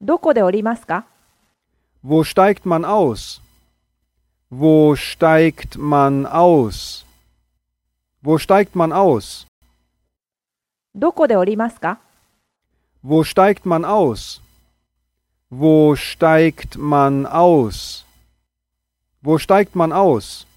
どこで降りますか Wo steigt man aus? Wo steigt man aus? Wo steigt man aus? どこで降りますか Wo steigt man aus? Wo steigt man aus? Wo steigt man aus?